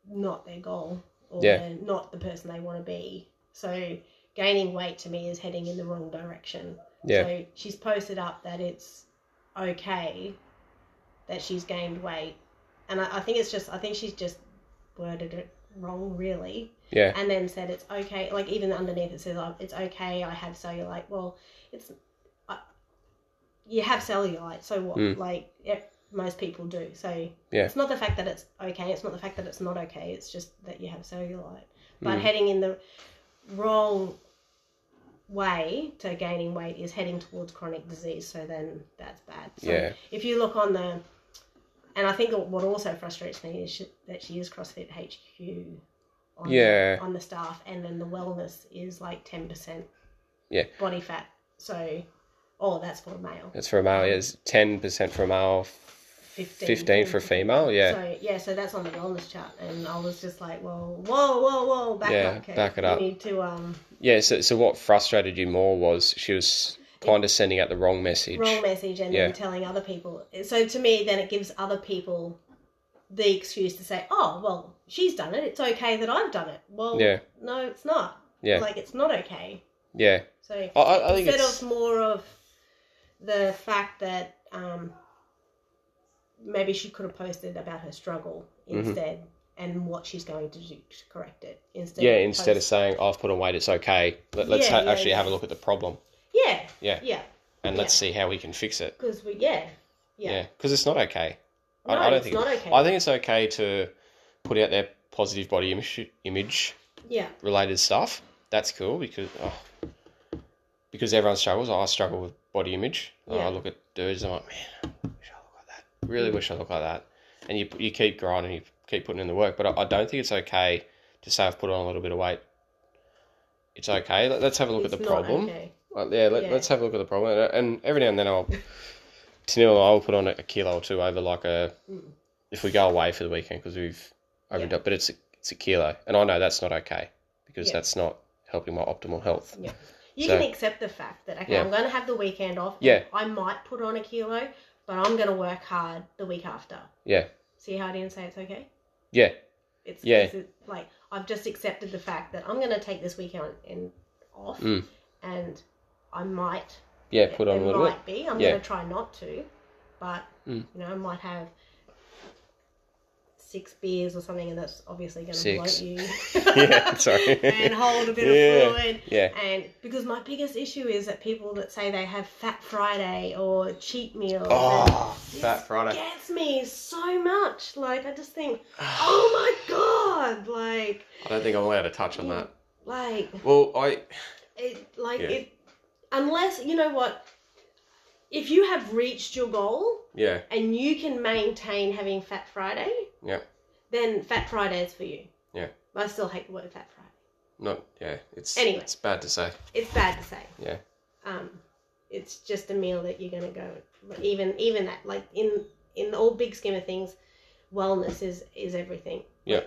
S2: not their goal or
S1: Yeah.
S2: they're not the person they want to be. So gaining weight to me is heading in the wrong direction.
S1: Yeah.
S2: So she's posted up that it's okay that she's gained weight. And I, I think it's just, I think she's just worded it wrong, really
S1: Yeah.
S2: and then said it's okay like even underneath it says oh, it's okay i have cellulite well it's I, you have cellulite so what
S1: Mm.
S2: like yeah, most people do so
S1: Yeah.
S2: it's not the fact that it's okay it's not the fact that it's not okay it's just that you have cellulite but
S1: Mm.
S2: heading in the wrong way to gaining weight is heading towards chronic disease so then that's bad so
S1: Yeah.
S2: if you look on the and I think what also frustrates me is she, that she is CrossFit HQ on,
S1: Yeah.
S2: on the staff, and then the wellness is like ten percent.
S1: Yeah.
S2: Body fat. So, oh, that's for a male.
S1: That's for a male. It's ten percent for a male,
S2: Fifteen.
S1: fifteen for a female. Yeah,
S2: So yeah, so that's on the wellness chart, and I was just like, well, whoa, whoa, whoa, back
S1: Yeah,
S2: up, Kate.
S1: back it up.
S2: You need to um
S1: yeah. So, so what frustrated you more was she was kind of sending out the wrong message.
S2: wrong message and
S1: Yeah.
S2: then telling other people. So to me, then it gives other people the excuse to say, oh, well, she's done it. It's okay that I've done it. Well,
S1: Yeah.
S2: no, it's not.
S1: Yeah.
S2: Like it's not okay.
S1: yeah,
S2: So
S1: I, I, I think
S2: instead
S1: it's
S2: of more of the fact that um, maybe she could have posted about her struggle
S1: Mhm.
S2: instead and what she's going to do to correct it instead.
S1: yeah.
S2: of
S1: Instead of
S2: post-
S1: saying I've put on weight, it's okay. Let, let's
S2: Yeah,
S1: ha-
S2: yeah,
S1: actually
S2: yeah.
S1: have a look at the problem
S2: yeah,
S1: Yeah.
S2: yeah,
S1: and let's see how we can fix it.
S2: because we yeah, yeah.
S1: Yeah, because it's not okay. I-
S2: No,
S1: I, don't
S2: it's
S1: think.
S2: not okay.
S1: I think it's okay to put out their positive body image, image
S2: yeah,
S1: related stuff. That's cool because oh, because everyone struggles. I struggle with body image.
S2: Yeah.
S1: I look at dudes. I'm like, man, I wish I look like that. Really wish I look like that. And you you keep grinding. You keep putting in the work. But I, I don't think it's okay to say I've put on a little bit of weight. It's okay. Let- Let's have a look
S2: it's
S1: at the
S2: not
S1: problem.
S2: Okay.
S1: Like, yeah, let,
S2: Yeah.
S1: let's have a look at the problem. And- And every now and then I'll, Tanil and I will put on a a kilo or two over like a,
S2: Mm.
S1: if we go away for the weekend because we've overdone, but it's a, it's a kilo. And I know that's not okay because
S2: Yeah.
S1: that's not helping my optimal health.
S2: You
S1: So-
S2: can accept the fact that okay,
S1: Yeah.
S2: I'm going to have the weekend off.
S1: Yeah.
S2: I might put on a kilo, but I'm going to work hard the week after.
S1: Yeah.
S2: See how I didn't say it's okay?
S1: Yeah.
S2: It's
S1: Yeah.
S2: it's- it's like I've just accepted the fact that I'm going to take this weekend and off,
S1: Mm.
S2: and I might
S1: Yeah, put on
S2: it
S1: a little bit.
S2: might be. I'm
S1: Yeah.
S2: going to try not to, but
S1: Mm.
S2: you know, I might have six beers or something, and that's obviously going to
S1: Six.
S2: bloat you.
S1: [LAUGHS] Yeah, sorry.
S2: [LAUGHS] and hold a bit
S1: Yeah.
S2: of fluid.
S1: Yeah.
S2: And because my biggest issue is that people that say they have Fat Friday or cheat meals,
S1: Oh,
S2: and
S1: Fat [SIGHS]
S2: this
S1: Friday.
S2: gets me so much. Like I just think, oh my god, like,
S1: I don't think I'm allowed to touch on that.
S2: like
S1: Well, I
S2: it like
S1: Yeah.
S2: it unless you know what if you have reached your goal
S1: yeah
S2: and you can maintain having fat friday
S1: Yeah.
S2: then fat friday is for you
S1: Yeah.
S2: but i still hate the word fat friday
S1: not yeah it's
S2: Anyway.
S1: it's bad to say
S2: it's bad to say
S1: Yeah.
S2: um it's just a meal that you're gonna go but even even that like in in the all big scheme of things wellness is is everything
S1: Yeah.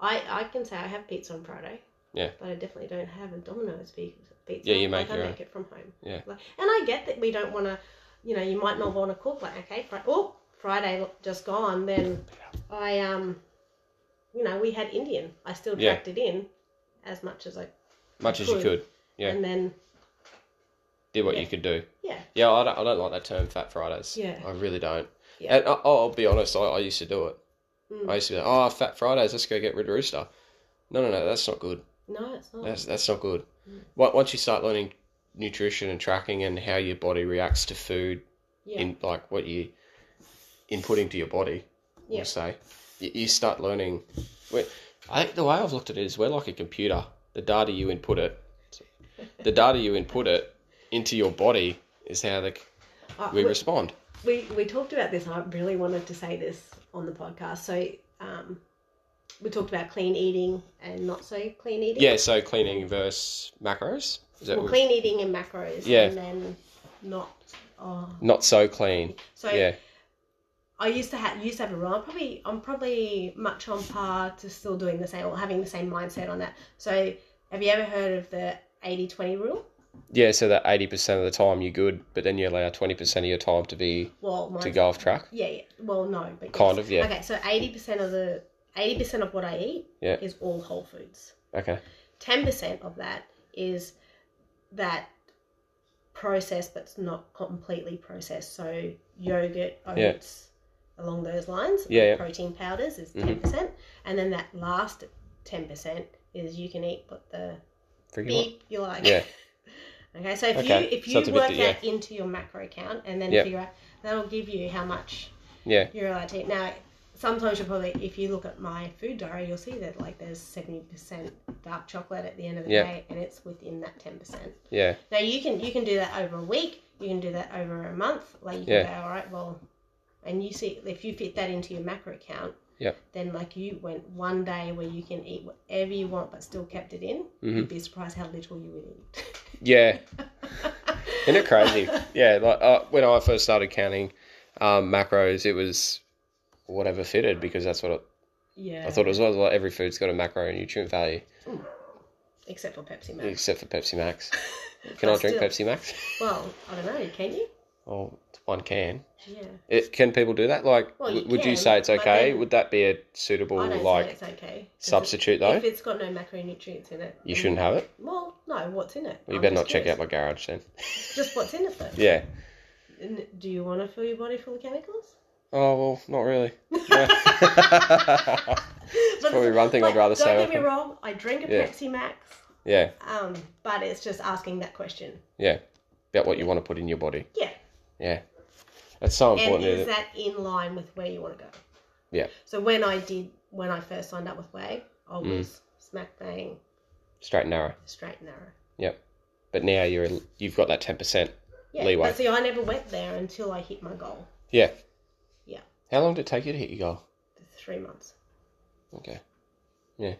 S2: i i can say i have pizza on friday
S1: Yeah.
S2: but i definitely don't have a domino's pe- pizza
S1: Yeah, you
S2: Like,
S1: make your
S2: i
S1: own.
S2: make it from home
S1: Yeah.
S2: like, and i get that we don't want to you know you might not want to cook like okay fri- oh friday just gone then i um you know we had indian i still
S1: Yeah.
S2: tracked it in as much as i
S1: much as you
S2: Could.
S1: could Yeah.
S2: and then
S1: did what you
S2: Yeah.
S1: could do
S2: yeah
S1: yeah I don't, I don't like that term fat fridays
S2: Yeah.
S1: i really don't
S2: Yeah.
S1: and I, i'll be honest I, I used to do it
S2: Mm.
S1: i used to be like oh fat fridays let's go get rid of rooster no no no that's not good
S2: no it's not
S1: that's that's not good
S2: Mm.
S1: Wa- once you start learning nutrition and tracking and how your body reacts to food
S2: yeah
S1: in like what you inputting to your body
S2: Yeah.
S1: we'll say you, you start learning we- i think the way i've looked at it is we're like a computer the data you input it
S2: [LAUGHS]
S1: the data you input it into your body is how the,
S2: Uh,
S1: we
S2: we-
S1: respond
S2: we we talked about this and i really wanted to say this on the podcast so um we talked about clean eating and not so clean eating
S1: yeah so cleaning versus macros is that
S2: well,
S1: what-
S2: clean eating and macros
S1: Yeah.
S2: and then not oh
S1: not so clean
S2: so
S1: yeah
S2: i used to have used to have a rule i'm probably i'm probably much on par to still doing the same or having the same mindset on that so have you ever heard of the 80-20 rule
S1: yeah so that 80% of the time you're good but then you allow 20% of your time to be
S2: well mine's
S1: to go off track
S2: Yeah, yeah. Well, no, but
S1: Kind
S2: yes.
S1: of, yeah.
S2: Okay, so eighty percent of the eighty percent of what I eat
S1: Yeah.
S2: is all whole foods.
S1: okay
S2: Ten percent of that is that processed, but it's not completely processed. So yogurt,
S1: Yeah.
S2: oats, along those lines.
S1: Yeah, yeah.
S2: Protein powders is
S1: Mhm.
S2: 10 percent, and then that last ten percent is you can eat what the
S1: Freaking right.
S2: beep you like.
S1: yeah
S2: [LAUGHS] Okay, so if
S1: Okay,
S2: you if
S1: so
S2: you
S1: that's a bit
S2: work
S1: that- yeah.
S2: out into your macro count and then
S1: Yeah.
S2: figure out, that'll give you how much
S1: yeah
S2: you're allowed to eat. Now, sometimes you'll probably, if you look at my food diary, you'll see that like there's 70% dark chocolate at the end of the
S1: Yeah.
S2: day, and it's within that 10%.
S1: yeah
S2: Now you can you can do that over a week, you can do that over a month. Like you can
S1: Yeah.
S2: go, all right, well, and you see if you fit that into your macro count,
S1: Yeah.
S2: then like you went one day where you can eat whatever you want but still kept it in. You'd
S1: Mhm.
S2: be surprised how little you would eat.
S1: yeah Isn't it crazy? yeah, like uh, when I first started counting um, macros, it was whatever fitted because that's what it,
S2: [LAUGHS] yeah.
S1: I thought it was. Like every food's got a macronutrient value
S2: Except for Pepsi Max.
S1: except for Pepsi
S2: [LAUGHS]
S1: Max. Can I,
S2: I
S1: drink
S2: still-
S1: Pepsi Max?
S2: Well, I don't know. Can you?
S1: Well, one can.
S2: Yeah.
S1: It, can people do that? Like,
S2: Well, you
S1: w- would you
S2: can,
S1: say it's
S2: but
S1: okay?
S2: then-
S1: Would that be a suitable
S2: I don't
S1: like
S2: think it's okay. 'Cause
S1: substitute
S2: it-
S1: though?
S2: If it's got no macronutrients in it,
S1: you
S2: then-
S1: shouldn't have it.
S2: Well, no. What's in it?
S1: Well, you
S2: I'm
S1: better
S2: just
S1: not check out
S2: curious.
S1: my garage then.
S2: Just what's in it though.
S1: Yeah.
S2: And do you want to fill your body full of chemicals?
S1: Oh well, not really.
S2: [LAUGHS] But
S1: probably
S2: it's-
S1: one thing I'd
S2: like,
S1: rather
S2: Don't
S1: stay
S2: get
S1: off
S2: me
S1: of.
S2: wrong. I drink a
S1: Yeah.
S2: Pepsi Max,
S1: [LAUGHS] yeah,
S2: um, but it's just asking that question.
S1: about what you want to put in your body.
S2: Yeah.
S1: Yeah. That's so
S2: and
S1: important.
S2: is
S1: isn't it?
S2: that in line with where you want to go?
S1: Yeah.
S2: So when I did, when I first signed up with Way, I
S1: Mm.
S2: was smack bang
S1: straight and narrow.
S2: straight and narrow.
S1: But now you're you've got that ten percent.
S2: Yeah,
S1: Leeway.
S2: but see, I never went there until I hit my goal.
S1: How long did it take you to hit your goal?
S2: Three months.
S1: Okay. Yeah.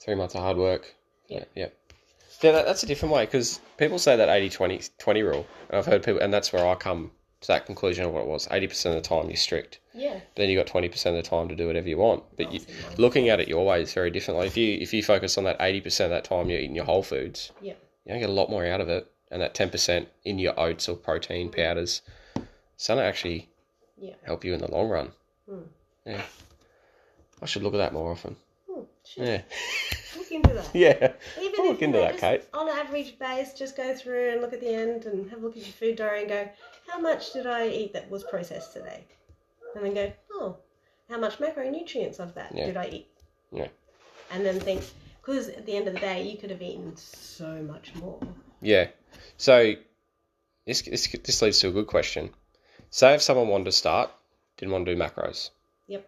S1: Three months of hard work.
S2: Yeah.
S1: Yep. Yeah, that, that's a different way because people say that 80 20, 20 rule. And I've heard people, and that's where I come to that conclusion of what it was 80% of the time you're strict.
S2: Yeah.
S1: Then you got 20% of the time to do whatever you want. But you,
S2: Awesome.
S1: looking at it your way is very different. Like if you, if you focus on that 80% of that time you're eating your whole foods,
S2: Yeah.
S1: you're going to get a lot more out of it. And that 10% in your oats or protein powders, it's going to actually
S2: Mm. Yeah.
S1: help you in the long run.
S2: Hmm.
S1: Yeah. I should look at that more often.
S2: Hmm, should
S1: Yeah. [LAUGHS]
S2: Look into that.
S1: Yeah.
S2: Even
S1: I'll
S2: if
S1: look
S2: you
S1: into
S2: know,
S1: that,
S2: just
S1: Kate.
S2: On an average base, just go through and look at the end and have a look at your food diary and go, how much did I eat that was processed today? And then go, oh, how much macronutrients of that
S1: Yeah.
S2: did I eat?
S1: Yeah.
S2: And then think, because at the end of the day, you could have eaten so much more.
S1: Yeah. So this this this leads to a good question. Say if someone wanted to start, didn't want to do macros.
S2: Yep.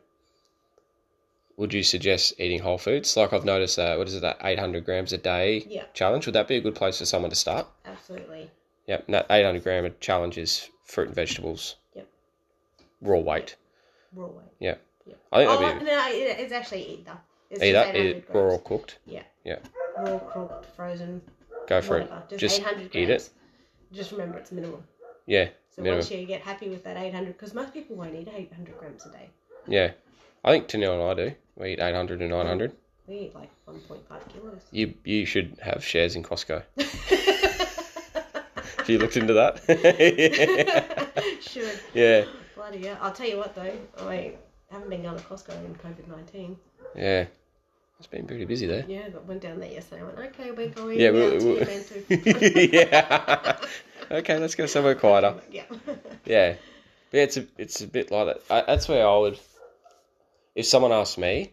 S1: Would you suggest eating whole foods? Like I've noticed that what is it that eight hundred grams a day
S2: Yeah,
S1: challenge? Would that be a good place for someone to start?
S2: absolutely.
S1: Yep. And that eight hundred gram challenge is fruit and vegetables.
S2: Yep.
S1: Raw weight.
S2: Raw weight.
S1: I think
S2: Oh,
S1: that'd be
S2: no, it- it's actually either. It's
S1: either
S2: just
S1: either
S2: 800
S1: raw
S2: grams.
S1: or cooked.
S2: Raw, cooked, frozen,
S1: Go for it.
S2: whatever. Just,
S1: Just
S2: 800
S1: eat it.
S2: grams. Just remember it's minimal.
S1: Yeah.
S2: So once you get happy with that 800, because most people won't eat 800 grams a day.
S1: Yeah. I think Tanil and I do. We eat eight hundred and nine hundred.
S2: We eat like 1.5
S1: [LAUGHS]
S2: kilos.
S1: You you should have shares in Costco.
S2: Should.
S1: Have you [LAUGHS]
S2: [LAUGHS]
S1: looked into that? [LAUGHS] yeah,
S2: Bloody hell. I'll tell you what though, I haven't been going to Costco in COVID 19.
S1: yeah. It's been pretty busy there.
S2: Yeah, but went down there yesterday. I went, okay, we're going
S1: Yeah,
S2: out
S1: we'll-
S2: to
S1: we'll- [LAUGHS]
S2: Ubuntu."
S1: yeah. [LAUGHS] Okay, let's go somewhere quieter.
S2: Yeah. [LAUGHS]
S1: Yeah. But yeah, it's a, it's a bit like that. I, that's where I would, if someone asked me,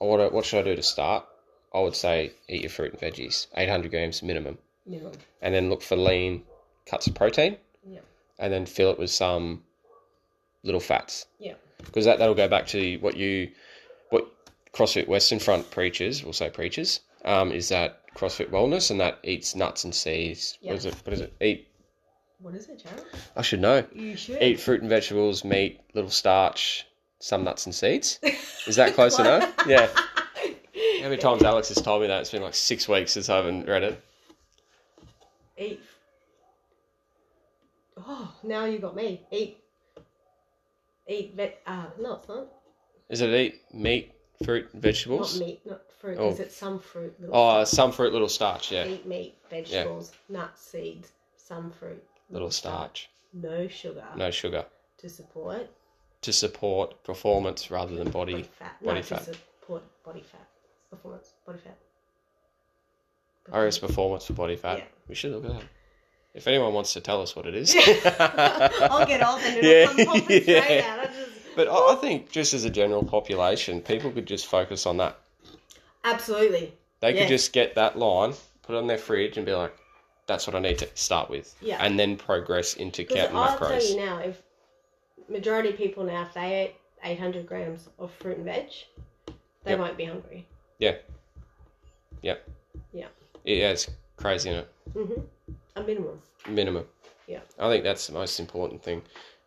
S1: "Oh, what, what should I do to start? I would say eat your fruit and veggies, 800 grams minimum,
S2: Minimum.
S1: and then look for lean cuts of protein.
S2: Yep.
S1: And then fill it with some little fats.
S2: Yep.
S1: Because that, that'll go back to what you, what CrossFit Western Front preaches, we'll say preaches, um, is that CrossFit wellness and that eats nuts and seeds.
S2: Yeah.
S1: What is it? What is it? Eat,
S2: What is it, Jared?
S1: I should know.
S2: You should. [LAUGHS]
S1: Eat fruit and vegetables, meat, little starch, some nuts and seeds. Is
S2: [LAUGHS]
S1: that close enough? Yeah. How many times Alex has told me that? It's been like six weeks since I haven't read it.
S2: Eat. Oh, now you got me. Eat. Eat. Ve- uh, no, it's not.
S1: Is it eat meat, fruit, and
S2: Not
S1: vegetables?
S2: meat, not fruit.
S1: Oh.
S2: Because it's some fruit. Little
S1: Oh, some fruit, little starch, yeah.
S2: Eat meat, vegetables, nuts, seeds, some fruit.
S1: Little starch,
S2: No sugar
S1: no sugar.
S2: to support
S1: To support performance rather than
S2: body
S1: body.
S2: fat.
S1: body
S2: no,
S1: fat.
S2: to support body fat. Performance, body fat.
S1: RS performance for body fat.
S2: Yeah.
S1: We should look at that. If anyone wants to tell us what it is.
S2: [LAUGHS]
S1: [LAUGHS]
S2: I'll get old and it'll
S1: Yeah. [LAUGHS]
S2: come popping straight
S1: Yeah.
S2: out. I just...
S1: But I I think just as a general population, people could just focus on that.
S2: Absolutely.
S1: They could
S2: Yes.
S1: just get that line, put it on their fridge, and be like, "That's what I need to start with,"
S2: Yeah.
S1: and then progress into
S2: Because
S1: counting
S2: I'll tell you
S1: macros.
S2: now, if majority of people now, if they ate 800 grams of fruit and veg, they
S1: Yep.
S2: won't be hungry.
S1: Yeah, it's crazy, isn't it?
S2: hmm A minimum.
S1: Minimum.
S2: Yeah.
S1: I think that's the most important thing,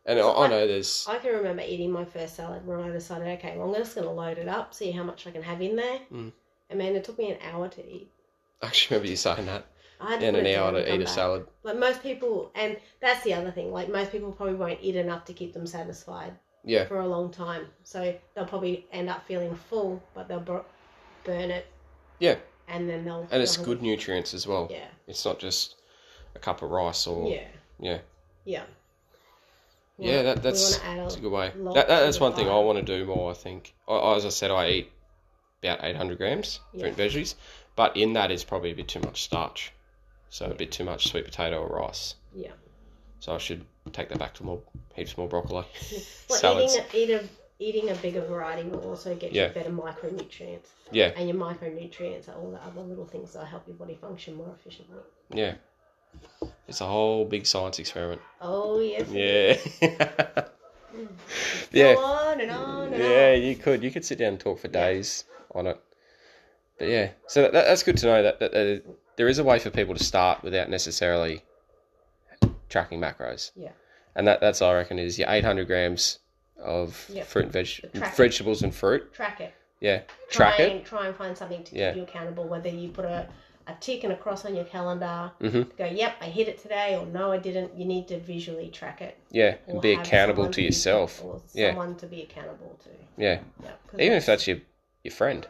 S1: and I,
S2: So
S1: I
S2: I-
S1: know there's
S2: I can remember eating my first salad when I decided, okay, well, I'm just going to load it up, see how much I can have in there.
S1: Mm.
S2: And man, it took me an hour to eat.
S1: I actually remember you saying that
S2: I had to
S1: in
S2: put
S1: an
S2: it down
S1: hour
S2: and
S1: to
S2: come
S1: eat a
S2: back.
S1: salad.
S2: Like most people, and that's the other thing. Like most people probably won't eat enough to keep them satisfied
S1: Yeah,
S2: for a long time. So they'll probably end up feeling full, but they'll bur- burn it.
S1: Yeah.
S2: And then they'll.
S1: and it's
S2: they'll-
S1: good nutrients as well.
S2: Yeah.
S1: It's not just a cup of rice or
S2: Yeah.
S1: yeah.
S2: Yeah.
S1: Yeah, that,
S2: we
S1: that's
S2: want to add
S1: that's a
S2: a,
S1: good way.
S2: lot
S1: That, that,
S2: to
S1: that's
S2: the
S1: one thing I
S2: diet.
S1: want to do more. I think, I- I, as I said, I eat about eight hundred grams
S2: Yeah.
S1: fruit and veggies, but in that is probably a bit too much starch, so a bit too much sweet potato or rice.
S2: Yeah.
S1: So I should take that back to more heaps more broccoli, [LAUGHS]
S2: well,
S1: salads.
S2: eating a, eat a, eating a bigger variety will also get
S1: Yeah.
S2: you better micronutrients.
S1: Yeah.
S2: And your micronutrients are all the other little things that help your body function more efficiently.
S1: Yeah, it's a whole big science experiment.
S2: Oh yes. it
S1: Yeah. [LAUGHS]
S2: Mm. is.
S1: yeah.
S2: Go on and on and
S1: Yeah,
S2: on.
S1: you could. You could sit down and talk for
S2: Yeah.
S1: days on it. But yeah, so that, that's good to know that, that, that there is a way for people to start without necessarily tracking macros.
S2: Yeah.
S1: And that, that's I reckon is your 800 grams of
S2: Yeah.
S1: fruit and
S2: But
S1: veg-
S2: track it.
S1: vegetables and fruit.
S2: Track it.
S1: Yeah.
S2: Try
S1: Track it.
S2: and try and find something to
S1: Yeah.
S2: keep you accountable. Whether you put a, a a tick and a cross on your calendar
S1: Mhm.
S2: to go, yep, I hit it today, or no, I didn't. You need to visually track it.
S1: Yeah, and
S2: or
S1: be
S2: have
S1: accountable
S2: someone
S1: to
S2: be-
S1: yourself.
S2: Or
S1: Yeah.
S2: someone to be accountable to.
S1: Yeah,
S2: Yeah, 'cause
S1: even if that's your your friend,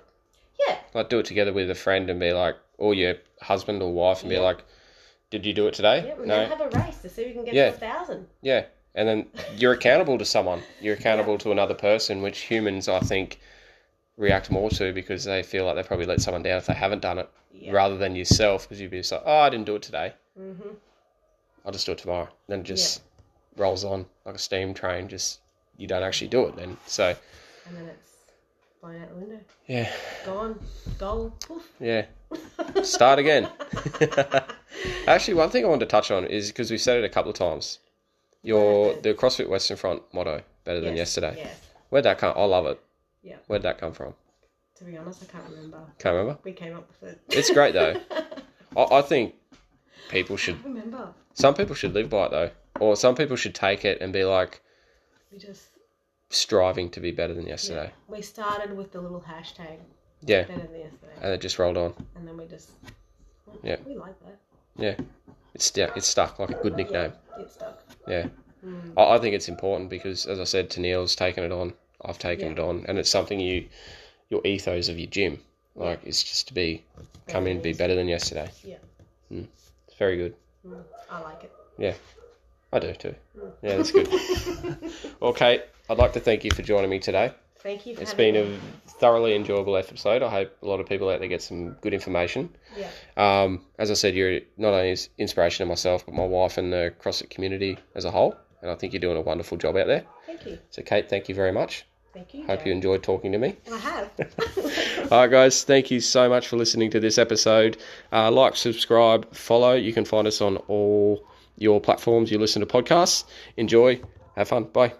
S2: Yeah,
S1: like do it together with a friend and be like, or your husband or wife, and be like, "Did you do it today?
S2: yeah, we're
S1: no,
S2: going to have a race to see if we can get
S1: Yeah.
S2: to a thousand.
S1: yeah." And then you're accountable to someone. You're accountable to another person, which humans, I think, react more to because they feel like they probably let someone down if they haven't done it,
S2: Yeah.
S1: rather than yourself, because you'd be just like, "Oh, I didn't do it today.
S2: Mm-hmm.
S1: I'll just do it tomorrow." Then it just rolls on like a steam train. Just you don't actually do it then. So
S2: And then it's blown out the window.
S1: yeah,
S2: Gone. Gold.
S1: [LAUGHS]
S2: Poof.
S1: yeah. Start again. Actually, one thing I wanted to touch on is because we've said it a couple of times. Your the CrossFit Western Front motto, better than
S2: Yes,
S1: yesterday.
S2: Yes.
S1: Where'd that come? I love it.
S2: Yeah.
S1: Where'd that come from?
S2: To be honest, I can't remember.
S1: Can't remember.
S2: We came up with it.
S1: It's great,
S2: [LAUGHS]
S1: though. I, I think people should.
S2: I remember.
S1: Some people should live by it though, or some people should take it and be like
S2: We just
S1: striving to be better than yesterday.
S2: we started with the little hashtag
S1: Yeah,
S2: better than yesterday,
S1: and it just rolled on.
S2: and then we just well,
S1: Yeah.
S2: we like that.
S1: It's stu- it's stuck like a good nickname.
S2: Yeah, it stuck.
S1: Yeah.
S2: Mm.
S1: I, I think it's important because, as I said, Tennille's taken it on. I've taken
S2: Yeah.
S1: it on, and it's something you, your ethos of your gym, like it's just to be come in be better than yesterday.
S2: Yeah.
S1: Mm. It's very good.
S2: Mm, I like it.
S1: I do too.
S2: Mm.
S1: Yeah, that's
S2: [LAUGHS]
S1: good. well, Kate, I'd like to thank you for joining me today.
S2: Thank you. For
S1: It's
S2: having
S1: been a thoroughly enjoyable episode. I hope a lot of people out there get some good information.
S2: Yeah.
S1: Um, as I said, you're not only is inspiration to myself, but my wife and the CrossFit community as a whole. And I think you're doing a wonderful job out there.
S2: Thank you.
S1: So, Kate, thank you very much.
S2: Thank you.
S1: Hope you
S2: Jared.
S1: enjoyed talking to me.
S2: I have.
S1: [LAUGHS] All right, guys, thank you so much for listening to this episode. Uh, like, subscribe, follow. You can find us on all your platforms you listen to podcasts. Enjoy, have fun. Bye.